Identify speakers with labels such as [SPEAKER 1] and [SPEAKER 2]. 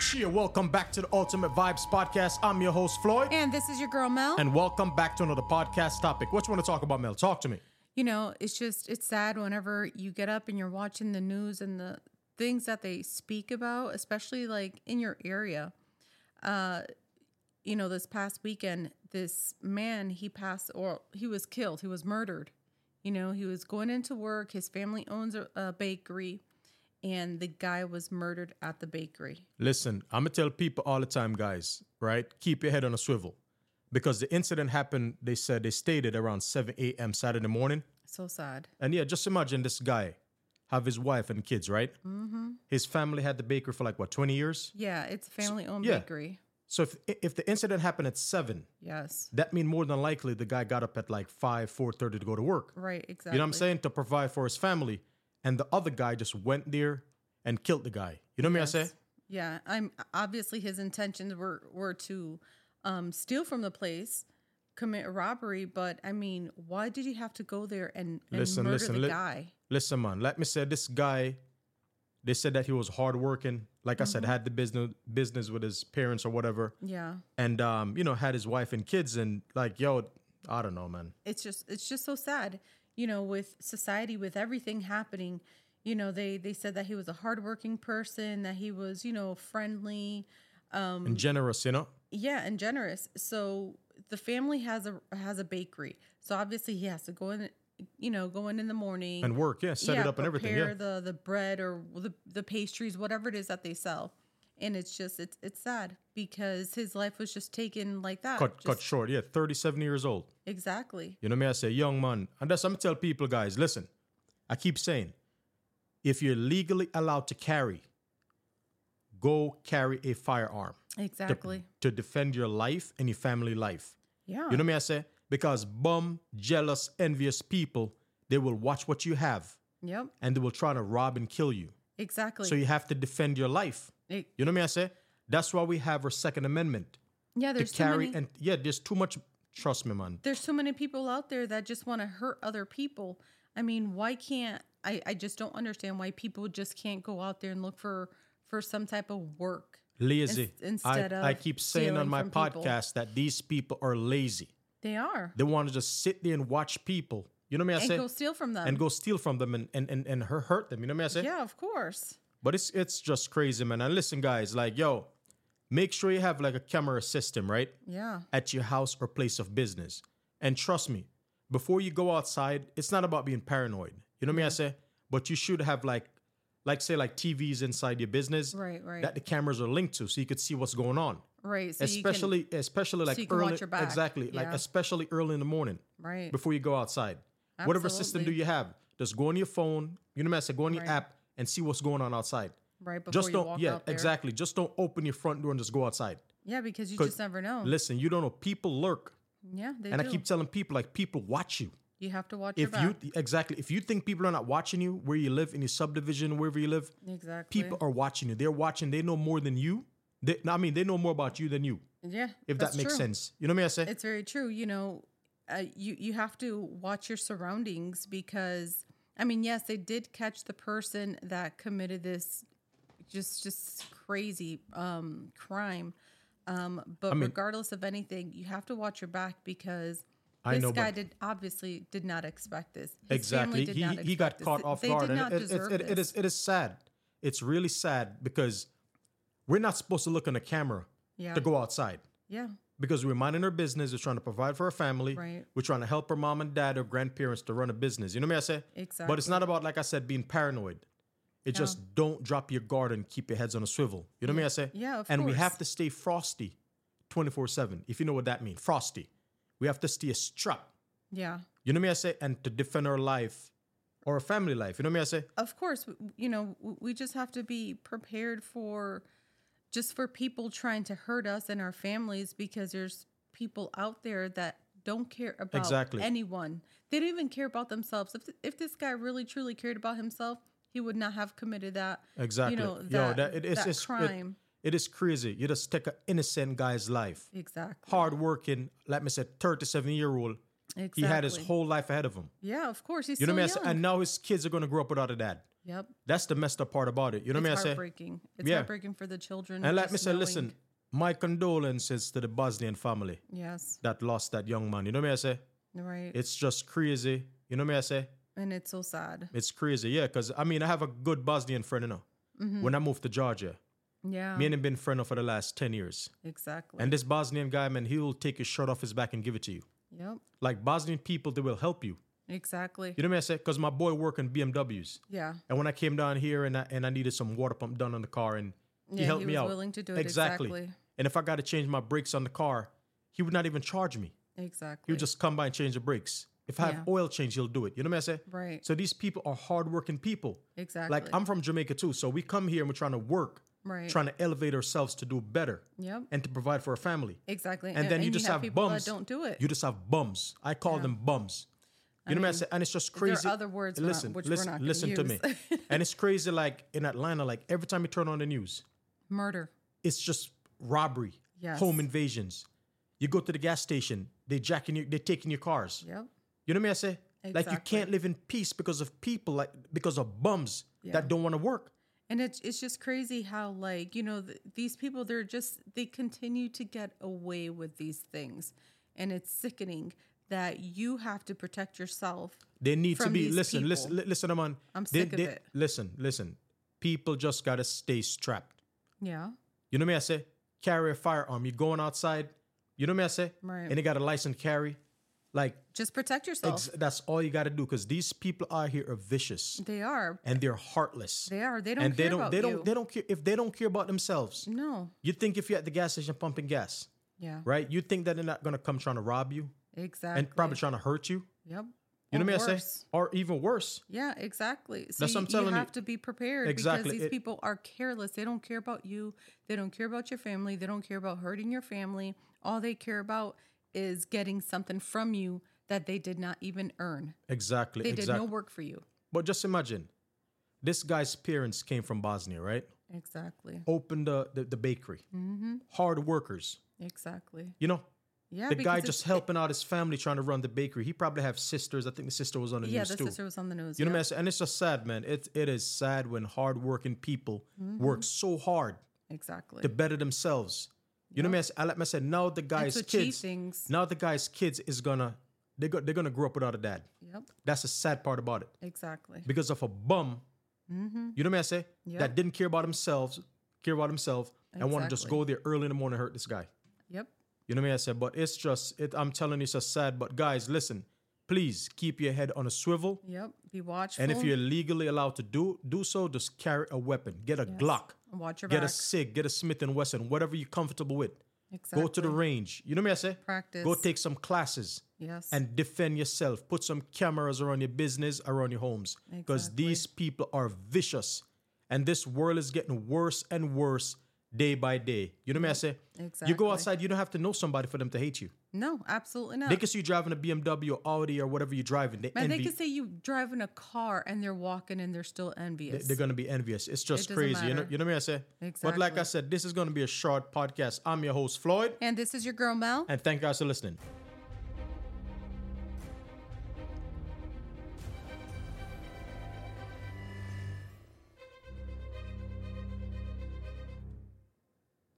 [SPEAKER 1] Cheer. Welcome back to the Ultimate Vibes Podcast. I'm your host, Floyd.
[SPEAKER 2] And this is your girl Mel.
[SPEAKER 1] And welcome back to another podcast topic. What you want to talk about, Mel? Talk to me.
[SPEAKER 2] you know, it's just it's sad whenever you get up and you're watching the news and the things that they speak about, especially like in your area. Uh, you know, this past weekend, this man he passed or he was killed, he was murdered. You know, he was going into work. His family owns a, a bakery, and the guy was murdered at the bakery.
[SPEAKER 1] Listen, I'm going to tell people all the time, guys, right? Keep your head on a swivel because the incident happened, they said, they stated around 7 a.m. Saturday morning.
[SPEAKER 2] So sad.
[SPEAKER 1] And yeah, just imagine this guy have his wife and kids, right? Mm-hmm. His family had the bakery for like, what, 20 years?
[SPEAKER 2] Yeah, it's family owned
[SPEAKER 1] yeah.
[SPEAKER 2] bakery.
[SPEAKER 1] So if, if the incident happened at 7,
[SPEAKER 2] Yes,
[SPEAKER 1] that means more than likely the guy got up at like 5, 4.30 to go to work.
[SPEAKER 2] right. Exactly.
[SPEAKER 1] You know what I'm saying? To provide for his family. And the other guy just went there and killed the guy. You know what I mean? I say?
[SPEAKER 2] Yeah, I'm obviously his intentions were were to um, steal from the place, commit a robbery. But I mean, why did you have to go there and, and
[SPEAKER 1] Listen,
[SPEAKER 2] murder
[SPEAKER 1] listen,
[SPEAKER 2] the
[SPEAKER 1] li-
[SPEAKER 2] guy?
[SPEAKER 1] Listen, man, let me say this guy, they said that he was hardworking. Like I
[SPEAKER 2] Mm-hmm.
[SPEAKER 1] said, had the business business with his parents or whatever.
[SPEAKER 2] Yeah,
[SPEAKER 1] And um, you know, had his wife and kids and like, yo, I don't know, man.
[SPEAKER 2] it's just it's just so sad. You know, with society, with everything happening, you know, they they said that he was a hardworking person, that he was you know friendly, um, Mm.
[SPEAKER 1] and generous, you know?
[SPEAKER 2] yeah, and generous. So the family has a has a bakery, so obviously he has to go in, you know, go in in the morning
[SPEAKER 1] And work, yeah, set it
[SPEAKER 2] Yeah,
[SPEAKER 1] up and everything.
[SPEAKER 2] prepare
[SPEAKER 1] Yeah.
[SPEAKER 2] the the bread or the the pastries, whatever it is that they sell, and it's just it's it's sad because his life was just taken like that.
[SPEAKER 1] Cut cut
[SPEAKER 2] Just-
[SPEAKER 1] short. Yeah, 37 years old.
[SPEAKER 2] Exactly.
[SPEAKER 1] You know me, I say, young man. And that's I'm gonna tell people, guys, listen, I keep saying, if you're legally allowed to carry, go carry a firearm to-
[SPEAKER 2] Exactly.
[SPEAKER 1] to, defend your life and your family life.
[SPEAKER 2] yeah.
[SPEAKER 1] You know me, I say? Because bum, jealous, envious people, they will watch what you have
[SPEAKER 2] yep.
[SPEAKER 1] and they will try to rob and kill you.
[SPEAKER 2] Exactly.
[SPEAKER 1] So you have to defend your life.
[SPEAKER 2] It-
[SPEAKER 1] You know me, I say? That's why we have our Second Amendment.
[SPEAKER 2] yeah. There's
[SPEAKER 1] to
[SPEAKER 2] too
[SPEAKER 1] carry
[SPEAKER 2] many,
[SPEAKER 1] and yeah, there's too much trust me, man.
[SPEAKER 2] there's so many people out there that just want to hurt other people. I mean, why can't I? I just don't understand why people just can't go out there and look for for some type of work.
[SPEAKER 1] lazy.
[SPEAKER 2] Ins- instead
[SPEAKER 1] I, I
[SPEAKER 2] of
[SPEAKER 1] keep saying on
[SPEAKER 2] stealing
[SPEAKER 1] my
[SPEAKER 2] from people.
[SPEAKER 1] podcast that these people are lazy.
[SPEAKER 2] They are.
[SPEAKER 1] They want to just sit there and watch people. You know what I
[SPEAKER 2] And
[SPEAKER 1] say?
[SPEAKER 2] go steal from them.
[SPEAKER 1] and go steal from them and and and, and hur- hurt them. You know what I say?
[SPEAKER 2] yeah, of course.
[SPEAKER 1] But it's it's just crazy, man. And listen, guys, like yo, make sure you have like a camera system, right,
[SPEAKER 2] Yeah.
[SPEAKER 1] at your house or place of business. And trust me, before you go outside, it's not about being paranoid. You know what I say? But you should have like, like say like TVs inside your business
[SPEAKER 2] Right. Right.
[SPEAKER 1] that the cameras are linked to, so you could see what's going on
[SPEAKER 2] right. So
[SPEAKER 1] especially especially like
[SPEAKER 2] you can
[SPEAKER 1] early
[SPEAKER 2] watch your back.
[SPEAKER 1] exactly like
[SPEAKER 2] Yeah.
[SPEAKER 1] especially early in the morning
[SPEAKER 2] you can, right.
[SPEAKER 1] before you go outside whatever system do
[SPEAKER 2] Absolutely.
[SPEAKER 1] you have just go on your phone you know what I said go on your
[SPEAKER 2] Right.
[SPEAKER 1] app and see what's going on outside
[SPEAKER 2] right before
[SPEAKER 1] just
[SPEAKER 2] you
[SPEAKER 1] don't
[SPEAKER 2] walk
[SPEAKER 1] yeah
[SPEAKER 2] out there.
[SPEAKER 1] exactly just don't open your front door and just go outside
[SPEAKER 2] Yeah, because you
[SPEAKER 1] 'Cause-
[SPEAKER 2] just never know.
[SPEAKER 1] listen you don't know people lurk
[SPEAKER 2] yeah, Oh. they
[SPEAKER 1] and
[SPEAKER 2] do.
[SPEAKER 1] I keep telling people like people watch you
[SPEAKER 2] you have to watch your
[SPEAKER 1] if
[SPEAKER 2] back.
[SPEAKER 1] you exactly if you think people are not watching you where you live in your subdivision wherever you live
[SPEAKER 2] exactly.
[SPEAKER 1] people are watching you they're watching they know more than you they, I mean they know more about you than you
[SPEAKER 2] yeah,
[SPEAKER 1] if
[SPEAKER 2] that's
[SPEAKER 1] that makes
[SPEAKER 2] true.
[SPEAKER 1] sense you know what I say
[SPEAKER 2] it's very true. You know, uh, you you have to watch your surroundings because I mean, yes, they did catch the person that committed this just just crazy um, crime. Um, but regardless of anything, you have to watch your back because
[SPEAKER 1] I
[SPEAKER 2] this
[SPEAKER 1] know,
[SPEAKER 2] guy
[SPEAKER 1] but-
[SPEAKER 2] did obviously did not expect this. His
[SPEAKER 1] Exactly.
[SPEAKER 2] family did
[SPEAKER 1] He,
[SPEAKER 2] not
[SPEAKER 1] he got
[SPEAKER 2] expect this.
[SPEAKER 1] caught off
[SPEAKER 2] they
[SPEAKER 1] guard.
[SPEAKER 2] Did
[SPEAKER 1] and
[SPEAKER 2] not
[SPEAKER 1] it- it-
[SPEAKER 2] deserve
[SPEAKER 1] it- it
[SPEAKER 2] this.
[SPEAKER 1] is it is sad. It's really sad because we're not supposed to look on the camera
[SPEAKER 2] yeah.
[SPEAKER 1] to go outside
[SPEAKER 2] yeah.
[SPEAKER 1] because we're minding our business. We're trying to provide for our family.
[SPEAKER 2] Right.
[SPEAKER 1] We're trying to help our mom and dad or grandparents to run a business. You know what I say?
[SPEAKER 2] Exactly.
[SPEAKER 1] But it's not about, like I said, being paranoid. It just don't drop your guard and keep your heads on a swivel. You know what I say?
[SPEAKER 2] Yeah, of
[SPEAKER 1] And we
[SPEAKER 2] course.
[SPEAKER 1] have to stay frosty 24 7, if you know what that means. Frosty. We have to stay strapped.
[SPEAKER 2] Yeah.
[SPEAKER 1] You know me, I say, and to defend our life or our family life. You know me, I say,
[SPEAKER 2] Of course, w- you know, w- we just have to be prepared for just for people trying to hurt us and our families because there's people out there that don't care about
[SPEAKER 1] Exactly.
[SPEAKER 2] anyone. They don't even care about themselves. If, th- if this guy really truly cared about himself, he would not have committed that.
[SPEAKER 1] exactly.
[SPEAKER 2] You know,
[SPEAKER 1] Yo,
[SPEAKER 2] that,
[SPEAKER 1] that- it is-
[SPEAKER 2] that
[SPEAKER 1] it's- it-
[SPEAKER 2] crime.
[SPEAKER 1] it is crazy. You just take an innocent guy's life,
[SPEAKER 2] exactly.
[SPEAKER 1] hardworking, let me say, 37 year old,
[SPEAKER 2] Exactly.
[SPEAKER 1] He had his whole life ahead of him.
[SPEAKER 2] Yeah, of course. He's
[SPEAKER 1] You know
[SPEAKER 2] so
[SPEAKER 1] what I mean?
[SPEAKER 2] young.
[SPEAKER 1] And now his kids are gonna grow up without a dad.
[SPEAKER 2] yep.
[SPEAKER 1] That's the messed up part about it. You know what I mean? I
[SPEAKER 2] it's
[SPEAKER 1] say,
[SPEAKER 2] heartbreaking. It's
[SPEAKER 1] Yeah.
[SPEAKER 2] heartbreaking for the children.
[SPEAKER 1] and let
[SPEAKER 2] just
[SPEAKER 1] me say,
[SPEAKER 2] knowing-
[SPEAKER 1] listen, my condolences to the Bosnian family
[SPEAKER 2] Yes.
[SPEAKER 1] that lost that young man. You know what I say?
[SPEAKER 2] Right.
[SPEAKER 1] It's just crazy. You know what I say?
[SPEAKER 2] and it's so sad.
[SPEAKER 1] It's crazy. Yeah, because I mean, I have a good Bosnian friend, you know.
[SPEAKER 2] Mm-hmm.
[SPEAKER 1] When I moved to Georgia,
[SPEAKER 2] Yeah.
[SPEAKER 1] me and him been friends for the last 10 years.
[SPEAKER 2] exactly.
[SPEAKER 1] And this Bosnian guy, man, he'll take his shirt off his back and give it to you.
[SPEAKER 2] yep.
[SPEAKER 1] Like Bosnian people, they will help you.
[SPEAKER 2] Exactly.
[SPEAKER 1] You know what I say? Because my boy work in BMWs.
[SPEAKER 2] Yeah.
[SPEAKER 1] And when I came down here and I, and I needed some water pump done on the car, and he
[SPEAKER 2] Yeah,
[SPEAKER 1] helped
[SPEAKER 2] he
[SPEAKER 1] me
[SPEAKER 2] was
[SPEAKER 1] out.
[SPEAKER 2] willing to do it, exactly.
[SPEAKER 1] And if I got to change my brakes on the car, he would not even charge me.
[SPEAKER 2] Exactly.
[SPEAKER 1] He would just come by and change the brakes. If I have
[SPEAKER 2] Yeah.
[SPEAKER 1] oil change, he'll do it. You know what I say?
[SPEAKER 2] right.
[SPEAKER 1] So these people are hardworking people.
[SPEAKER 2] exactly.
[SPEAKER 1] Like I'm from Jamaica too, so we come here and we're trying to work,
[SPEAKER 2] right.
[SPEAKER 1] trying to elevate ourselves to do better
[SPEAKER 2] Yep.
[SPEAKER 1] and to provide for our family.
[SPEAKER 2] Exactly.
[SPEAKER 1] and then you just
[SPEAKER 2] have,
[SPEAKER 1] have
[SPEAKER 2] people
[SPEAKER 1] bums.
[SPEAKER 2] that don't do it.
[SPEAKER 1] You just have bums. I call them bums. You know what I'm saying? And it's just crazy.
[SPEAKER 2] There are other words we're not-
[SPEAKER 1] listen,
[SPEAKER 2] which
[SPEAKER 1] listen,
[SPEAKER 2] we're not gonna
[SPEAKER 1] listen to me.
[SPEAKER 2] use.
[SPEAKER 1] and it's crazy. Like in Atlanta, like every time you turn on the news,
[SPEAKER 2] Murder.
[SPEAKER 1] it's just robbery,
[SPEAKER 2] Yes.
[SPEAKER 1] home invasions. You go to the gas station, they jacking you, they taking your cars.
[SPEAKER 2] Yep.
[SPEAKER 1] You know what I say? Like you
[SPEAKER 2] Exactly.
[SPEAKER 1] can't live in peace because of people like because of bums
[SPEAKER 2] Yeah.
[SPEAKER 1] that don't want to work.
[SPEAKER 2] And it's it's just crazy how like you know th- these people they're just they continue to get away with these things, and it's sickening that you have to protect yourself.
[SPEAKER 1] They need to
[SPEAKER 2] From
[SPEAKER 1] be
[SPEAKER 2] these
[SPEAKER 1] listen, listen,
[SPEAKER 2] people.
[SPEAKER 1] li- listen, man.
[SPEAKER 2] I'm
[SPEAKER 1] They-
[SPEAKER 2] sick of
[SPEAKER 1] they-
[SPEAKER 2] it.
[SPEAKER 1] Listen, listen. People just gotta stay strapped.
[SPEAKER 2] Yeah.
[SPEAKER 1] You know what I say? Carry a firearm. You're going outside. You know what I say?
[SPEAKER 2] Right.
[SPEAKER 1] And they got a license to carry. Like
[SPEAKER 2] Just protect yourself.
[SPEAKER 1] ex- that's all you gotta do because these people out here are vicious
[SPEAKER 2] they are.
[SPEAKER 1] and they're heartless.
[SPEAKER 2] They are. They don't
[SPEAKER 1] and
[SPEAKER 2] care
[SPEAKER 1] they don't
[SPEAKER 2] about
[SPEAKER 1] they don't
[SPEAKER 2] you.
[SPEAKER 1] they don't care if they don't care about themselves.
[SPEAKER 2] no.
[SPEAKER 1] You think if you're at the gas station pumping gas,
[SPEAKER 2] Yeah.
[SPEAKER 1] right? You think that they're not gonna come trying to rob you
[SPEAKER 2] Exactly.
[SPEAKER 1] and probably trying to hurt you.
[SPEAKER 2] Yep.
[SPEAKER 1] You know
[SPEAKER 2] Or
[SPEAKER 1] what I mean? I
[SPEAKER 2] worse.
[SPEAKER 1] say, or even worse.
[SPEAKER 2] Yeah, exactly. So
[SPEAKER 1] That's
[SPEAKER 2] you,
[SPEAKER 1] what I'm telling
[SPEAKER 2] you
[SPEAKER 1] you.
[SPEAKER 2] have to be prepared
[SPEAKER 1] Exactly.
[SPEAKER 2] because these
[SPEAKER 1] It-
[SPEAKER 2] people are careless. They don't care about you. They don't care about your family. They don't care about hurting your family. All they care about is getting something from you that they did not even earn.
[SPEAKER 1] Exactly.
[SPEAKER 2] They
[SPEAKER 1] exactly.
[SPEAKER 2] did no work for you.
[SPEAKER 1] But just imagine, this guy's parents came from Bosnia, right?
[SPEAKER 2] Exactly.
[SPEAKER 1] Opened the the, the bakery.
[SPEAKER 2] Mm-hmm.
[SPEAKER 1] Hard workers,
[SPEAKER 2] Exactly.
[SPEAKER 1] you know.
[SPEAKER 2] Yeah.
[SPEAKER 1] the guy
[SPEAKER 2] because
[SPEAKER 1] just
[SPEAKER 2] it's-
[SPEAKER 1] helping out his family trying to run the bakery. He probably have sisters. I think the sister was on the
[SPEAKER 2] Yeah,
[SPEAKER 1] news
[SPEAKER 2] the
[SPEAKER 1] too.
[SPEAKER 2] sister was on the news.
[SPEAKER 1] you know what
[SPEAKER 2] yeah.
[SPEAKER 1] I'm saying? And it's just sad, man. It it is sad when hardworking people
[SPEAKER 2] Mm-hmm.
[SPEAKER 1] work so hard
[SPEAKER 2] Exactly.
[SPEAKER 1] to better themselves. You know what I'm saying? I like I said, now the
[SPEAKER 2] And
[SPEAKER 1] guy's
[SPEAKER 2] to achieve
[SPEAKER 1] kids,
[SPEAKER 2] things.
[SPEAKER 1] now the guy's kids is gonna they go, they're gonna grow up without a dad.
[SPEAKER 2] Yep.
[SPEAKER 1] That's the sad part about it.
[SPEAKER 2] Exactly.
[SPEAKER 1] because of a bum. You know what I say?
[SPEAKER 2] Mm-hmm. Yeah.
[SPEAKER 1] That didn't care about themselves, care about himself, and want to just
[SPEAKER 2] Exactly.
[SPEAKER 1] go there early in the morning and hurt this guy.
[SPEAKER 2] Yep.
[SPEAKER 1] You know what I said? But it's just, it, I'm telling you, it's just sad. But guys, listen, please keep your head on a swivel.
[SPEAKER 2] Yep. Be watchful.
[SPEAKER 1] And if you're legally allowed to do do so, just carry a weapon. Get a Glock.
[SPEAKER 2] watch your
[SPEAKER 1] Get a
[SPEAKER 2] back.
[SPEAKER 1] Sig. Get a Smith and Wesson. Whatever you're comfortable with.
[SPEAKER 2] exactly.
[SPEAKER 1] Go to the range. You know what I say?
[SPEAKER 2] practice.
[SPEAKER 1] Go take some classes
[SPEAKER 2] Yes.
[SPEAKER 1] and defend yourself. Put some cameras around your business, around your homes, because
[SPEAKER 2] Exactly.
[SPEAKER 1] these people are vicious, and this world is getting worse and worse day by day. You know what I say? You
[SPEAKER 2] Exactly.
[SPEAKER 1] go outside, you don't have to know somebody for them to hate you.
[SPEAKER 2] no, absolutely not.
[SPEAKER 1] They can see you driving a BMW or Audi or whatever you're driving. They
[SPEAKER 2] Man, they
[SPEAKER 1] envy.
[SPEAKER 2] could say you driving a car and they're walking and they're still envious.
[SPEAKER 1] They're gonna be envious. It's just
[SPEAKER 2] doesn't
[SPEAKER 1] crazy. You know,
[SPEAKER 2] matter.
[SPEAKER 1] you know what I say? But like I
[SPEAKER 2] Exactly.
[SPEAKER 1] said, this is gonna be a short podcast. I'm your host Floyd,
[SPEAKER 2] and this is your girl Mel.
[SPEAKER 1] and thank you guys for listening.